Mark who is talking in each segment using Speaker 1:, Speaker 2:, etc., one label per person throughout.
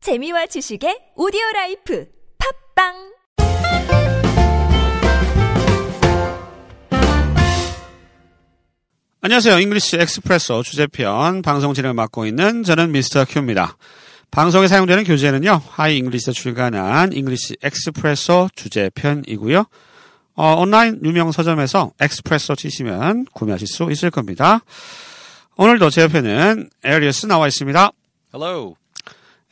Speaker 1: 재미와 지식의 오디오 라이프 팝빵
Speaker 2: 안녕하세요. 잉글리시 엑스프레소 주제편 방송 진행을 맡고 있는 저는 미스터 큐입니다. 방송에 사용되는 교재는요. 하이 잉글리시에 출간한 잉글리시 엑스프레소 주제편이고요. 어, 온라인 유명 서점에서 엑스프레소 치시면 구매하실 수 있을 겁니다. 오늘도 제 옆에는 에리어스 나와 있습니다.
Speaker 3: Hello.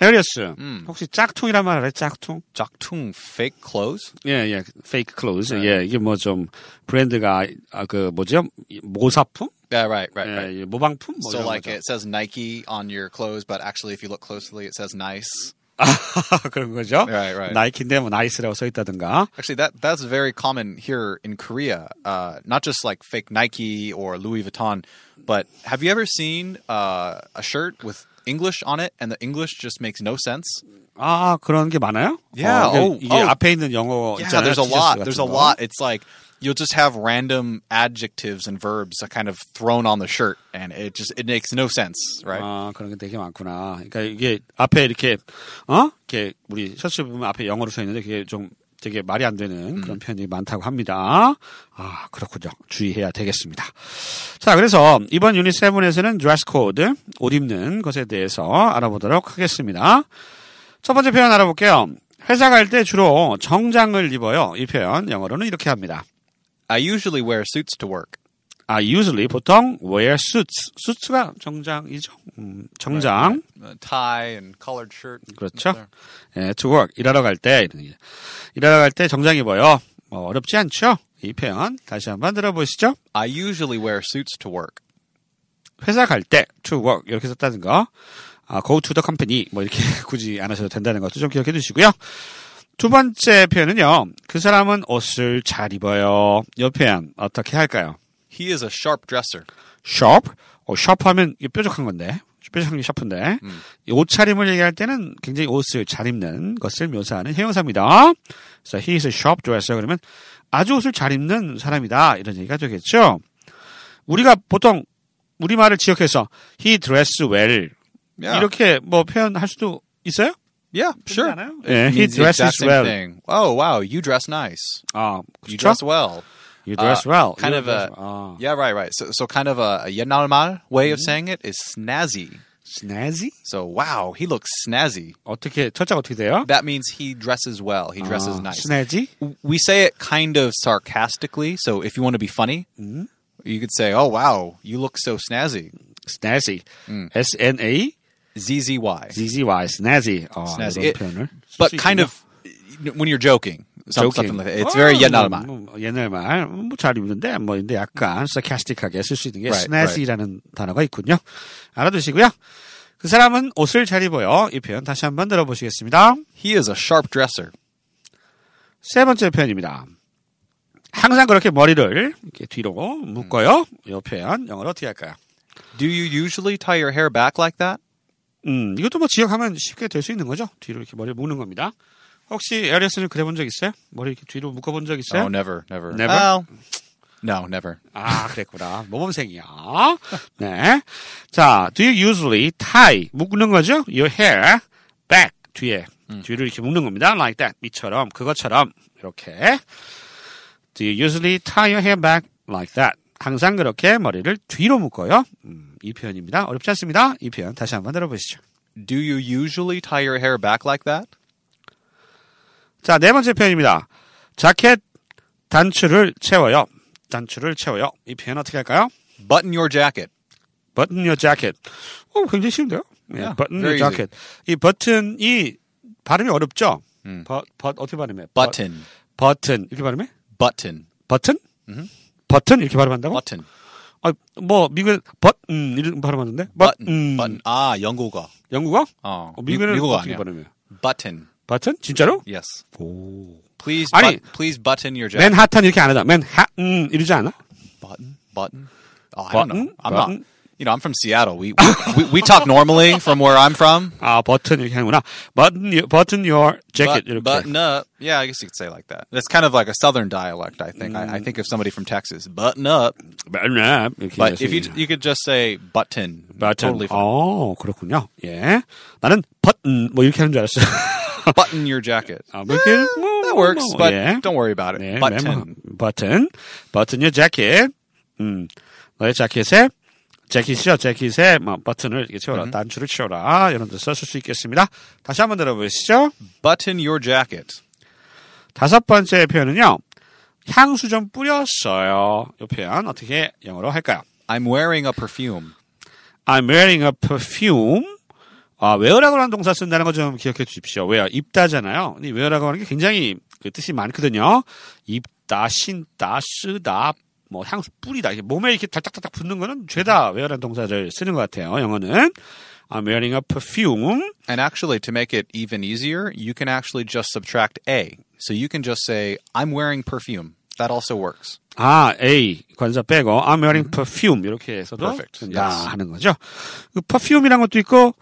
Speaker 2: 에리어스.
Speaker 3: 음.
Speaker 2: 혹시 짝퉁이란 말 알아요? 짝퉁?
Speaker 3: 짝퉁 fake clothes?
Speaker 2: 예, 예. 페이크 클로즈. 예, 이게 뭐 좀 브랜드가 아, 그 뭐죠? 모사품?
Speaker 3: Yeah, right, right,
Speaker 2: 예,
Speaker 3: right.
Speaker 2: 예, 모방품? 뭐
Speaker 3: So
Speaker 2: 이런
Speaker 3: like
Speaker 2: 거죠.
Speaker 3: it says Nike on your clothes, but actually if you look closely it says nice.
Speaker 2: 아, 그런 거죠.
Speaker 3: Right, right.
Speaker 2: 나이키인데 뭐 나이스라고 써 있다든가.
Speaker 3: Actually that that's very common here in Korea. Uh, not just like fake Nike or Louis Vuitton, but have you ever seen uh, a shirt with English on it and the English just makes no sense?
Speaker 2: 아 그런 게 많아요?
Speaker 3: Yeah.
Speaker 2: 어, 이게-
Speaker 3: Oh,
Speaker 2: 이게
Speaker 3: oh.
Speaker 2: 앞에 있는 영어
Speaker 3: Yeah,
Speaker 2: 있잖아요.
Speaker 3: there's a
Speaker 2: 티셔츠
Speaker 3: lot.
Speaker 2: 같은
Speaker 3: There's
Speaker 2: 거.
Speaker 3: a lot. It's like you'll just have random adjectives and verbs kind of thrown on the shirt and it just it makes no sense, right?
Speaker 2: 아 그런 게 되게 많구나. 그러니까 이게 앞에 이렇게 어 이렇게 우리 셔츠 보면 앞에 영어로 써 있는데 그게 좀 되게 말이 안 되는 그런 표현이 많다고 합니다. 아 그렇군요. 주의해야 되겠습니다. 자 그래서 이번 유닛 7에서는 드레스 코드 옷 입는 것에 대해서 알아보도록 하겠습니다. 첫 번째 표현 알아볼게요. 회사 갈 때 주로 정장을 입어요. 이 표현 영어로는 이렇게 합니다.
Speaker 3: I usually wear suits to work.
Speaker 2: 아, usually 보통 wear suits. suits가 정장이죠. 음, 정장.
Speaker 3: Uh, tie and collared shirt.
Speaker 2: 그렇죠. 예, to work. 일하러 갈 때. 이런 얘기. 일하러 갈 때 정장 입어요. 뭐 어렵지 않죠? 이 표현 다시 한번 들어보시죠.
Speaker 3: I usually wear suits to work.
Speaker 2: 회사 갈 때 to work 이렇게 썼다는 거. 아, go to the company 뭐 이렇게 굳이 안 하셔도 된다는 것도 좀 기억해 두시고요. 두 번째 표현은요. 그 사람은 옷을 잘 입어요. 이 표현 어떻게 할까요?
Speaker 3: He is a sharp dresser.
Speaker 2: 샵. 어, 샵 하면 이게 뾰족한 건데. 뾰족한 게 샤프인데.
Speaker 3: 음.
Speaker 2: 이 옷차림을 얘기할 때는 굉장히 옷을 잘 입는 것을 묘사하는 형용사입니다. 그래서 he is a sharp dresser. 그러면 아주 옷을 잘 입는 사람이다. 이런 얘기가 되겠죠. 우리가 보통 우리말을 지역해서 he dress well
Speaker 3: Yeah.
Speaker 2: 이렇게 뭐 표현할 수도 있어요?
Speaker 3: yeah, sure.
Speaker 2: 않아요? 예, he
Speaker 3: Means the exact
Speaker 2: dresses
Speaker 3: same
Speaker 2: well.
Speaker 3: Thing. Oh, wow. You dress nice.
Speaker 2: 아,
Speaker 3: You
Speaker 2: 그렇죠?
Speaker 3: dress well.
Speaker 2: You dress
Speaker 3: uh,
Speaker 2: well.
Speaker 3: kind
Speaker 2: You
Speaker 3: of
Speaker 2: dress
Speaker 3: a-
Speaker 2: well. Ah. Mm-hmm. 아,
Speaker 3: Yeah, right, right. So, so kind of a, a normal way of saying it is snazzy.
Speaker 2: snazzy?
Speaker 3: So, wow, he looks snazzy.
Speaker 2: 어떻게 첫자가 어떻게 돼요?
Speaker 3: That means he dresses well. He dresses
Speaker 2: 아,
Speaker 3: nice.
Speaker 2: Ah, snazzy?
Speaker 3: we say it kind of sarcastically. So, if you want to be funny,
Speaker 2: Mm-hmm.
Speaker 3: you could say, "Oh, wow, you look so snazzy."
Speaker 2: snazzy.
Speaker 3: 음.
Speaker 2: S N A
Speaker 3: Z Z Y.
Speaker 2: ZZY, snazzy. 어,
Speaker 3: Snazzy.
Speaker 2: 이런
Speaker 3: It-
Speaker 2: 표현을.
Speaker 3: but
Speaker 2: 쓸수
Speaker 3: kind
Speaker 2: 있군요.
Speaker 3: of when you're joking, Oh. Mm-hmm. some-
Speaker 2: Joking.
Speaker 3: something like that.
Speaker 2: 어,
Speaker 3: It's very
Speaker 2: 뭐,
Speaker 3: 옛날 말.
Speaker 2: 뭐, 옛날 말. 뭐잘 입는데 뭐 근데 약간 sarcastic하게 쓸 수 있는 게
Speaker 3: Right,
Speaker 2: snazzy라는 단어가 있군요. 알아두시고요. 그 사람은 옷을 잘 입어요. 이 표현 다시 한번 들어보시겠습니다.
Speaker 3: He is a sharp dresser.
Speaker 2: 세 번째 표현입니다. 항상 그렇게 머리를 이렇게 뒤로 묶어요.
Speaker 3: 음.
Speaker 2: 이 표현 영어로 어떻게 할까요?
Speaker 3: Do you usually tie your hair back like that?
Speaker 2: 음, 이것도 뭐 지역하면 쉽게 될 수 있는 거죠. 뒤로 이렇게 머리를 묶는 겁니다. 혹시 에어리어스는 그래 본 적 있어요? 머리 이렇게 뒤로 묶어본 적 있어요?
Speaker 3: Oh, never, never,
Speaker 2: Never?
Speaker 3: Well, no, never.
Speaker 2: 아, 그랬구나. 모범생이야. 네. 자, do you usually tie, 묶는 거죠? your hair back, 뒤에. 뒤를 이렇게 묶는 겁니다. like that. 이처럼, 그것처럼. 이렇게. do you usually tie your hair back like that? 항상 그렇게 머리를 뒤로 묶어요. 음, 이 표현입니다. 어렵지 않습니다. 이 표현 다시 한번 들어보시죠.
Speaker 3: Do you usually tie your hair back like that?
Speaker 2: 자, 네 번째 표현입니다. 자켓 단추를 채워요. 단추를 채워요. 이 표현 어떻게 할까요?
Speaker 3: Button your jacket.
Speaker 2: button your jacket. 어, 굉장히 쉬운데요? 예,
Speaker 3: Yeah,
Speaker 2: button your
Speaker 3: very
Speaker 2: jacket. 이 버튼이 발음이 어렵죠? 버, 버, 어떻게 발음해? 버-
Speaker 3: Button,
Speaker 2: 버튼. 이렇게 발음해?
Speaker 3: button,
Speaker 2: 버튼? 버튼? 이렇게 발음한다고?
Speaker 3: 음. button,
Speaker 2: 아, 뭐, 미국에 버튼, 이렇게 발음하는데?
Speaker 3: button, button. Ah, 영국어.
Speaker 2: 영국어?
Speaker 3: 어,
Speaker 2: 미국에는
Speaker 3: 미- 미국어
Speaker 2: 어떻게
Speaker 3: 아니야.
Speaker 2: 발음해?
Speaker 3: Button.
Speaker 2: 버튼? 진짜로?
Speaker 3: Yes.
Speaker 2: 오.
Speaker 3: Please,
Speaker 2: 아니-
Speaker 3: but, please button your jacket.
Speaker 2: 맨하탄 이렇게 안 하잖아. 맨하, 음, 이러지 않아?
Speaker 3: button, button. Oh, I don't know.
Speaker 2: Button,
Speaker 3: I'm
Speaker 2: button.
Speaker 3: not. you know, I'm from Seattle. We we, we, we talk normally from where I'm from.
Speaker 2: 아 버튼 이렇게 하는구나. Button, your- button your jacket
Speaker 3: But,
Speaker 2: 이렇게.
Speaker 3: button up. Yeah, I guess you could say like that. That's kind of like a southern dialect, I think. I, I
Speaker 2: Mm.
Speaker 3: think of somebody from Texas, button up.
Speaker 2: button up. 이렇게
Speaker 3: But
Speaker 2: 해서
Speaker 3: if you
Speaker 2: 얘기해요.
Speaker 3: you could just say button,
Speaker 2: button.
Speaker 3: totally fine.
Speaker 2: 어 그렇군요. 예. 나는 button 뭐 이렇게 하는 줄 알았어.
Speaker 3: button your jacket.
Speaker 2: 아, 뭐 이렇게 뭐,
Speaker 3: That works,
Speaker 2: 뭐,
Speaker 3: but
Speaker 2: 예.
Speaker 3: don't worry about it.
Speaker 2: 네,
Speaker 3: button.
Speaker 2: 메모. 버튼. 버튼 your jacket. 음. 너의 자켓에 재킷이요. 재킷에 뭐 버튼을 이렇게 채워라. 단추를 채워라. 이런 데서 쓸 수 있겠습니다. 다시 한번 들어보시죠.
Speaker 3: Button your jacket.
Speaker 2: 다섯 번째 표현은요. 향수 좀 뿌렸어요. 이 표현 어떻게 영어로 할까요?
Speaker 3: I'm wearing a perfume.
Speaker 2: I'm wearing a perfume. 아, wear라고 하는 동사 쓴다는 거 좀 기억해 주십시오. wear, 입다잖아요. 근데 wear라고 하는 게 굉장히 그 뜻이 많거든요. 입다, 신다, 쓰다, 뭐 향수 뿌리다. 이게 몸에 이렇게 달짝달짝 붙는 거는 죄다 wear라는 동사를 쓰는 것 같아요. 영어는. I'm wearing a perfume.
Speaker 3: And actually, to make it even easier, you can actually just subtract a. So you can just say, I'm wearing perfume. That also works.
Speaker 2: 아, A 관사 빼고 I'm wearing perfume 이렇게 해서도
Speaker 3: 음. Perfect.
Speaker 2: 된다
Speaker 3: Yes.
Speaker 2: 하는 거죠. 그 perfume이란 것도 있고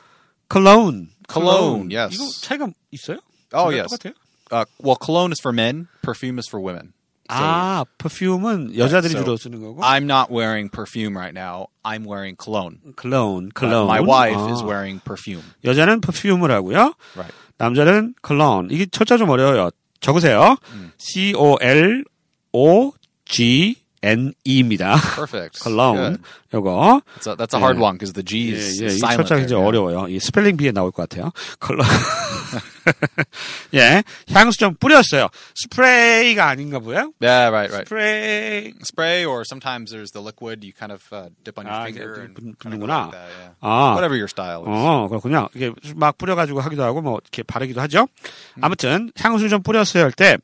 Speaker 2: cologne.
Speaker 3: Cologne, yes.
Speaker 2: 이거 차이가 있어요?
Speaker 3: Oh,
Speaker 2: 둘다
Speaker 3: yes.
Speaker 2: 똑같아요?
Speaker 3: Uh, well, cologne is for men, perfume is for women. So
Speaker 2: 아, perfume은 여자들이
Speaker 3: so-
Speaker 2: 주로 쓰는 거고.
Speaker 3: I'm not wearing perfume right now. I'm wearing cologne.
Speaker 2: cologne,
Speaker 3: Uh,
Speaker 2: cologne. Ah.
Speaker 3: my wife is
Speaker 2: 아,
Speaker 3: wearing perfume.
Speaker 2: 여자는 perfume을 하고요.
Speaker 3: Right.
Speaker 2: 남자는 cologne. 이게 철자 좀 어려워요. 적으세요.
Speaker 3: 음.
Speaker 2: C O L O G N E입니다.
Speaker 3: Perfect.
Speaker 2: cologne.
Speaker 3: Good.
Speaker 2: 요거.
Speaker 3: That's a, that's a hard
Speaker 2: Yeah.
Speaker 3: one because the G is
Speaker 2: 예, 예. 이 철자
Speaker 3: silent. there.
Speaker 2: 굉장히 어려워요. 이 스펠링 비에 나올 것 같아요. 컬러. 예. 향수 좀 뿌렸어요. 스프레이가 아닌가 보요
Speaker 3: Yeah, right, right.
Speaker 2: 스프레이.
Speaker 3: Spray, or sometimes there's the liquid you kind of uh, dip on your
Speaker 2: Ah,
Speaker 3: finger
Speaker 2: yeah,
Speaker 3: and
Speaker 2: put-
Speaker 3: kind of go
Speaker 2: put는구나.
Speaker 3: like that, yeah.
Speaker 2: 아.
Speaker 3: Whatever your style is.
Speaker 2: 어, 그렇군요. 이게 막 뿌려가지고 하기도 하고, 뭐, 이렇게 바르기도 하죠. 아무튼, 향수 좀 뿌렸어요 할 때,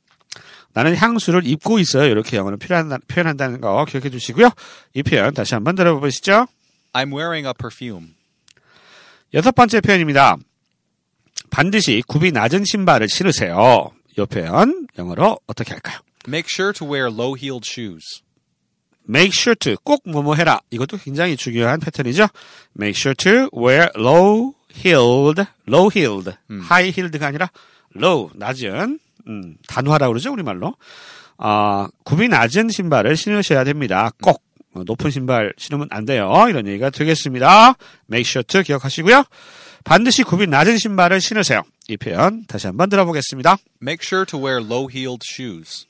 Speaker 2: 나는 향수를 입고 있어요. 이렇게 영어로 표현한, 표현한다는 거 기억해 주시고요. 이 표현 다시 한번 들어보시죠.
Speaker 3: I'm wearing a perfume.
Speaker 2: 여섯 번째 표현입니다. 반드시 굽이 낮은 신발을 신으세요. 이 표현 영어로 어떻게 할까요?
Speaker 3: Make sure to wear low-heeled shoes.
Speaker 2: Make sure to 꼭 뭐뭐 해라. 이것도 굉장히 중요한 패턴이죠. Make sure to wear low heeled, low heeled, high heeled가 아니라 low 낮은 음, 단화라고 그러죠 우리말로. 아 굽이 낮은 신발을 신으셔야 됩니다. 꼭 어, 높은 신발 신으면 안 돼요. 이런 얘기가 되겠습니다. Make sure to 기억하시고요. 반드시 굽이 낮은 신발을 신으세요. 이 표현 다시 한번 들어보겠습니다.
Speaker 3: Make sure to wear low-heeled shoes.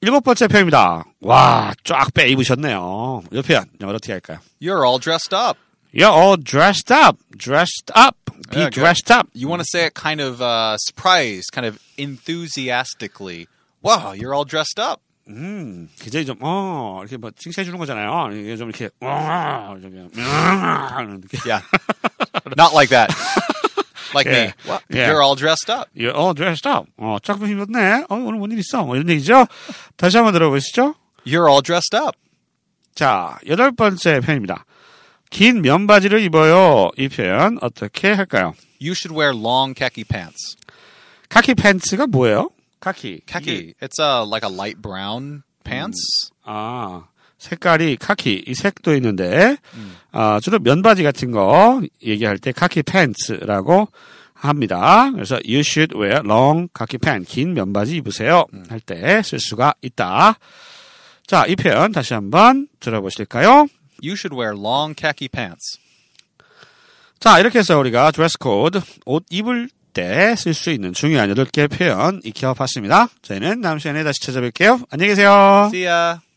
Speaker 2: 일곱 번째 표현입니다. 와, 쫙 빼 입으셨네요. 이 표현, 영어로 어떻게 할까요?
Speaker 3: You're all dressed up.
Speaker 2: You're all dressed up. Dressed up. Be
Speaker 3: Yeah, good.
Speaker 2: dressed up.
Speaker 3: You want to say it kind of uh, surprised, kind of enthusiastically. Wow, you're all dressed up.
Speaker 2: 음, 굉장히 좀, 어, 이렇게 뭐, 칭찬해 주는 거잖아요. 이게 좀 이렇게, 어, 저기, 음, 하는 느낌.
Speaker 3: Yeah. Not like that. Like
Speaker 2: Yeah.
Speaker 3: me. What?
Speaker 2: Yeah.
Speaker 3: You're all dressed up.
Speaker 2: You're all dressed up. 어, 쫙 빼면 힘들네. 어, 오늘 뭔 일 있어. 뭐 이런 얘기죠. 다시 한번 들어보시죠.
Speaker 3: You're all dressed up.
Speaker 2: 자, 여덟 번째 표현입니다. 긴 면바지를 입어요. 이 표현 어떻게 할까요?
Speaker 3: You should wear long khaki pants.
Speaker 2: 카키 팬츠가 뭐예요? 카키. 이게-
Speaker 3: Khaki. It's uh, like a light brown pants.
Speaker 2: 아, 색깔이 카키, 이 색도 있는데, 아, 주로 면바지 같은 거 얘기할 때 카키 팬츠라고 합니다. 그래서 you should wear long 카키 팬, 긴 면바지 입으세요. 할 때 쓸 수가 있다. 자, 이 표현 다시 한번 들어보실까요?
Speaker 3: You should wear long khaki pants.
Speaker 2: 자, 이렇게 해서 우리가 드레스 코드, 옷 입을 때 쓸 수 있는 중요한 8개 표현 익혀봤습니다. 저희는 다음 시간에 다시 찾아뵐게요. 안녕히 계세요.
Speaker 3: See uh, ya.